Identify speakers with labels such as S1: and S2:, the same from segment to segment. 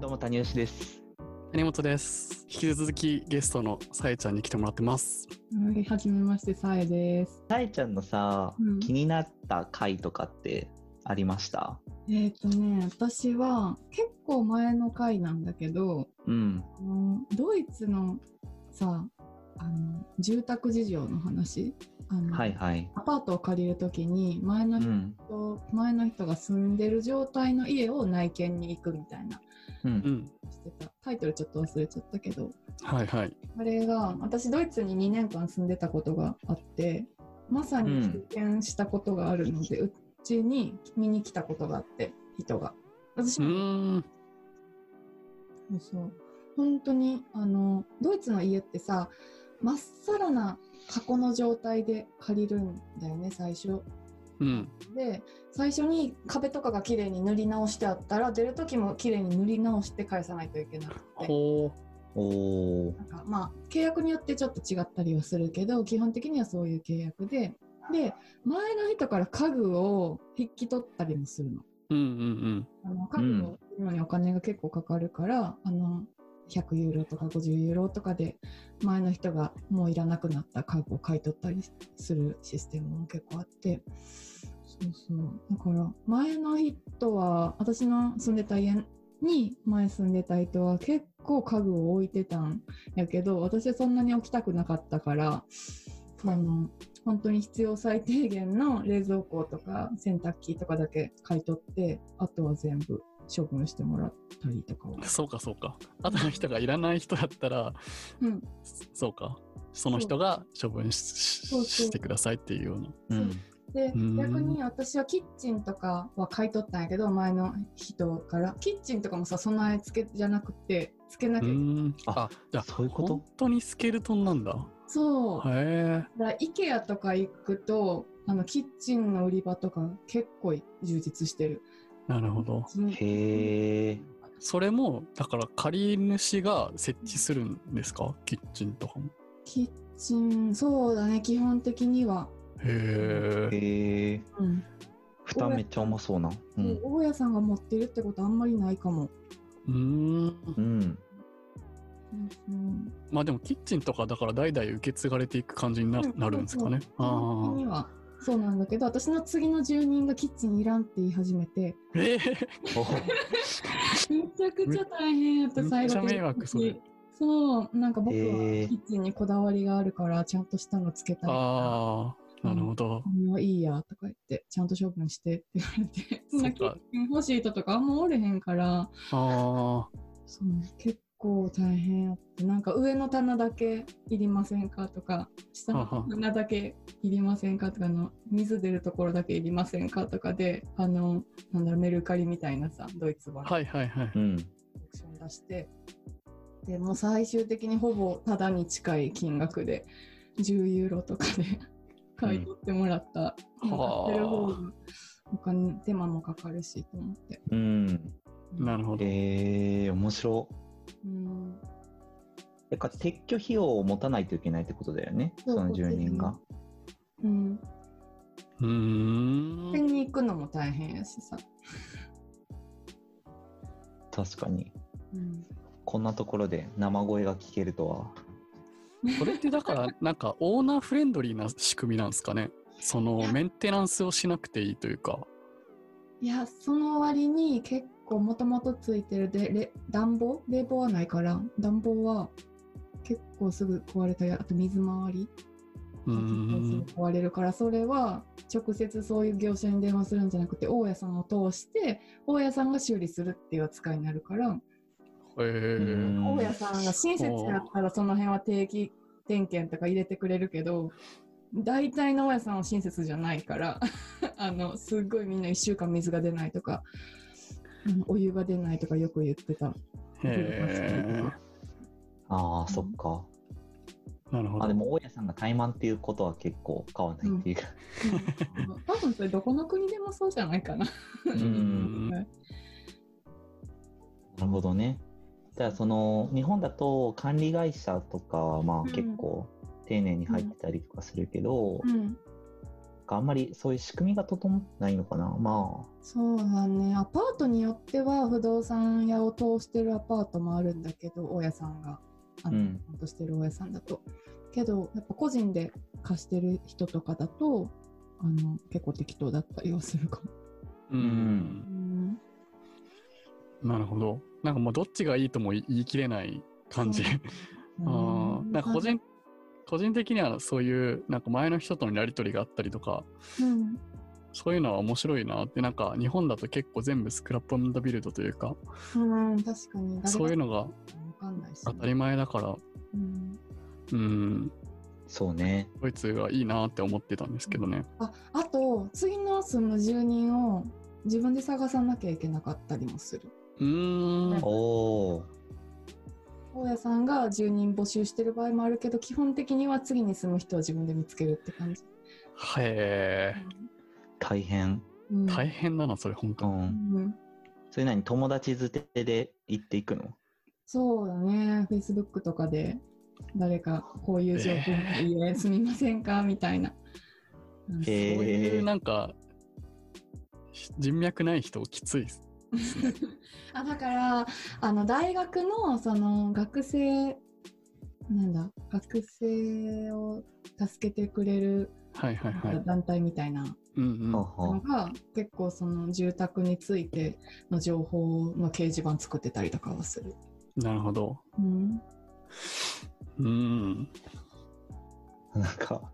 S1: どうも谷吉です。
S2: 谷本です。引き続きゲストのさえちゃんに来てもらってます。
S3: はい、はじめまして、さえです。
S1: さえちゃんのさ、
S3: うん
S1: 気になった回とかってありました
S3: えっ、とね、私は結構前の回なんだけど、
S1: うん。
S3: あのドイツのさ、あの住宅事情の話、あの
S1: はいはい。
S3: アパートを借りるときに前の
S1: う
S3: 人、
S1: ん。
S3: 前の人が住んでる状態の家を内見に行くみたいな
S1: う。
S2: うんん。
S3: してた。タイトルちょっと忘れちゃったけど、
S2: はいはい。
S3: あれが私ドイツに2年間住んでたことがあってまさに経験したことがあるので、うちに見に来たことがあって人が私
S2: う
S3: も
S2: ーん。
S3: そうそう本当にあのドイツの家ってさまっさらな箱の状態で借りるんだよね最初
S2: うん。
S3: で最初に壁とかが綺麗に塗り直してあったら出る時も綺麗に塗り直して返さないといけなくて
S2: ほ
S1: おー。
S3: なんかまあ契約によってちょっと違ったりはするけど基本的にはそういう契約でで前の人から家具を引き取ったりもするの
S2: う。うんうん
S3: あの家具を売るのにお金が結構かかるから、あの100ユーロとか50ユーロとかで前の人がもういらなくなった家具を買い取ったりするシステムも結構あってそうそうだから前の人は私の住んでた家に前住んでた人は結構家具を置いてたんやけど私はそんなに置きたくなかったからあの本当に必要最低限の冷蔵庫とか洗濯機とかだけ買い取ってあとは全部処分してもらったりとかは
S2: うん。そうかそうか。あとの人がいらない人だったら、
S3: うん
S2: そそうか。その人が処分しし
S3: そうそう
S2: してくださいっていうよう
S1: う
S2: な。
S1: ん。
S3: で
S2: うん
S3: 逆に私はキッチンとかは買い取ったんやけど前の人からキッチンとかもさ備え付けじゃなくて付けな
S2: う
S3: きゃいけない
S2: ーん。
S1: あ
S2: あ、じゃあ、
S1: そういうこと
S2: 本当にスケルトンなんだ。
S3: そう、
S2: へえ。
S3: だから IKEA とか行くとあのキッチンの売り場とか結構充実してる。
S2: なるほど。
S1: へー。
S2: それも、だから借り主が設置するんですかキッチンとかも。
S3: キッチンそうだね基本的には、
S2: へえ。
S1: へー。
S3: うん
S1: 蓋めっちゃうまそうな。う。
S3: もうん大家さんが持ってるってことあんまりないかも。
S2: うーん。
S1: うん。
S2: まあでもキッチンとかだから代々受け継がれていく感じにな,、
S3: うん
S2: るんですかね。
S3: 基本的にはそうなんだけど私の次の住人がキッチンいらんって言い始めて
S2: ああ。えー
S1: おー
S3: めちゃくちゃ大変やった
S2: め
S3: 最
S2: っ
S3: 後
S2: ちゃ迷惑それ。
S3: そうなんか僕は
S1: へー
S3: キッチンにこだわりがあるからちゃんとしたのつけたいから
S2: ああ、なるほど
S3: こ。れはいいやとか言ってちゃんと処分してって言われて そんなキ
S2: そっか
S3: ッチン欲しい人とかあんまおれへんから
S2: ああ、
S3: そう結構大変やってなんか上の棚だけいりませんかとか下の棚だけいりませんかとかあの水出るところだけいりませんかとかであのなんだろうメルカリみたいなさドイツ版のオ
S2: はいはいはい。
S1: うん。
S3: ークション出してでもう最終的にほぼタダに近い金額で10ユーロとかで買い取ってもらった、
S2: うん
S3: もう買ってる方
S2: は
S3: がお金手間もかかるしと思って。
S1: うん。
S2: なるほど。
S1: えー、面白。
S3: うん
S1: だから撤去費用を持たないといけないってことだよね。その住人が。
S3: うん
S2: うー
S3: 店
S2: ん。
S3: に行くのも大変やしさ、
S1: 確かに。
S3: うん、
S1: こんなところで生声が聞けるとは。
S2: それってだからなんかオーナーフレンドリーな仕組みなんですかね。そのメンテナンスをしなくていいというか。
S3: いやその割に結構もともとついてるでれ暖房冷房はないから暖房は結構すぐ壊れたりあと水回り
S2: うー
S3: 結構すぐ
S2: ん。
S3: 壊れるからそれは直接そういう業者に電話するんじゃなくて大家さんを通して大家さんが修理するっていう扱いになるから、
S2: へ
S1: う
S2: え。
S1: ん
S3: 大家さんが親切だったらその辺は定期点検とか入れてくれるけど大体の大家さんは親切じゃないから あのすっごいみんな1週間水が出ないとかうんお湯が出ないとかよく言ってた。
S2: へ
S1: ああ、そっか。
S2: え。なるほ
S1: あで
S2: ど。
S1: も大家さんが怠慢っていうことは結構変わらないっていうか、
S3: 多分それどこの国でもそうじゃないかな。
S1: うん
S2: う ん
S1: なるほどねじゃあその日本だと管理会社とかはまあ
S3: うん
S1: 結構丁寧に入ってたりとかするけど、
S3: うん
S1: か、あんまりそういう仕組みが整ってないのかな。ま
S3: そうだねアパートによっては不動産屋を通してるアパートもあるんだけど大家さんがあの、
S1: うん
S3: 担当してる大家さんだとけどやっぱ個人で貸してる人とかだとあの結構適当だったりはするかも、
S2: う
S1: うん
S3: うん、
S2: なるほど。なんかもうどっちがいいとも言い言い切れない感じ。あーなんか個人、個人的にはそういう、なんか前の人とのやりとりがあったりとか、
S3: うん
S2: そういうのは面白いなって、なんか日本だと結構全部スクラップビルドというか、
S3: うん、確かに
S2: そういうのが
S3: 分かんないし、
S2: 当たり前だから、
S3: うん、
S2: うん、
S1: あ、そうね。
S2: ドイツがいいなって思ってたんですけどね。
S3: ああと次の住む住人を自分で探さなきゃいけなかったりもする
S2: うーん、
S1: おお。
S3: 大家さんが住人募集してる場合もあるけど基本的には次に住む人を自分で見つけるって感じ、
S2: へえ、
S1: 大変。
S3: うん、
S2: 大変だな、それ本
S1: う
S2: 当。
S1: ん。
S3: うん
S1: それなに友達づてで行っていくの
S3: そうだね Facebook とかで誰かこういう状況の家、すみませんかみたいな、うん
S1: へえ
S2: そういうなんか、し人脈ない人きついです。
S3: あだからあの大学のその学生なんだ学生を助けてくれる
S2: はいはいはい。
S3: 団体みたいな
S2: うんうん。
S1: はあ
S3: の
S1: は
S3: が、結構その住宅についての情報の掲示板作ってたりとかはする。
S2: なるほど。
S3: うん、
S2: うん。
S1: あなんか、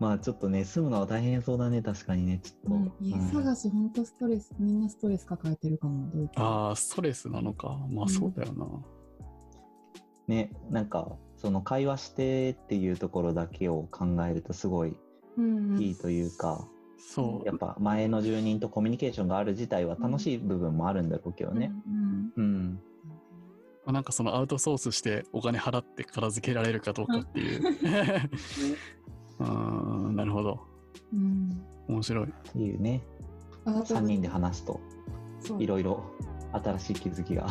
S1: まあちょっとね、住むのは大変そうだね、確かにね、ちょっと。
S3: うん家
S1: うん
S3: 探し本当ストレスみんなストレス抱えてるかもどういった
S2: ああ、ストレスなのか。まあそうだよな。
S1: ね、なんか、その会話してっていうところだけを考えるとすごい
S3: うん
S1: いいというか、
S2: そ
S1: やっぱ前の住人とコミュニケーションがある自体は楽しい部分もあるんだろうけどね。
S3: うん
S1: うん。
S2: う。なんかそのアウトソースしてお金払って片付けられるかどうかっていう。 うん、なるほど。
S3: うん
S2: 面白い。
S1: っていうね、
S3: あと
S1: 3人で話すと
S3: そう
S1: いろいろ新しい気づきが。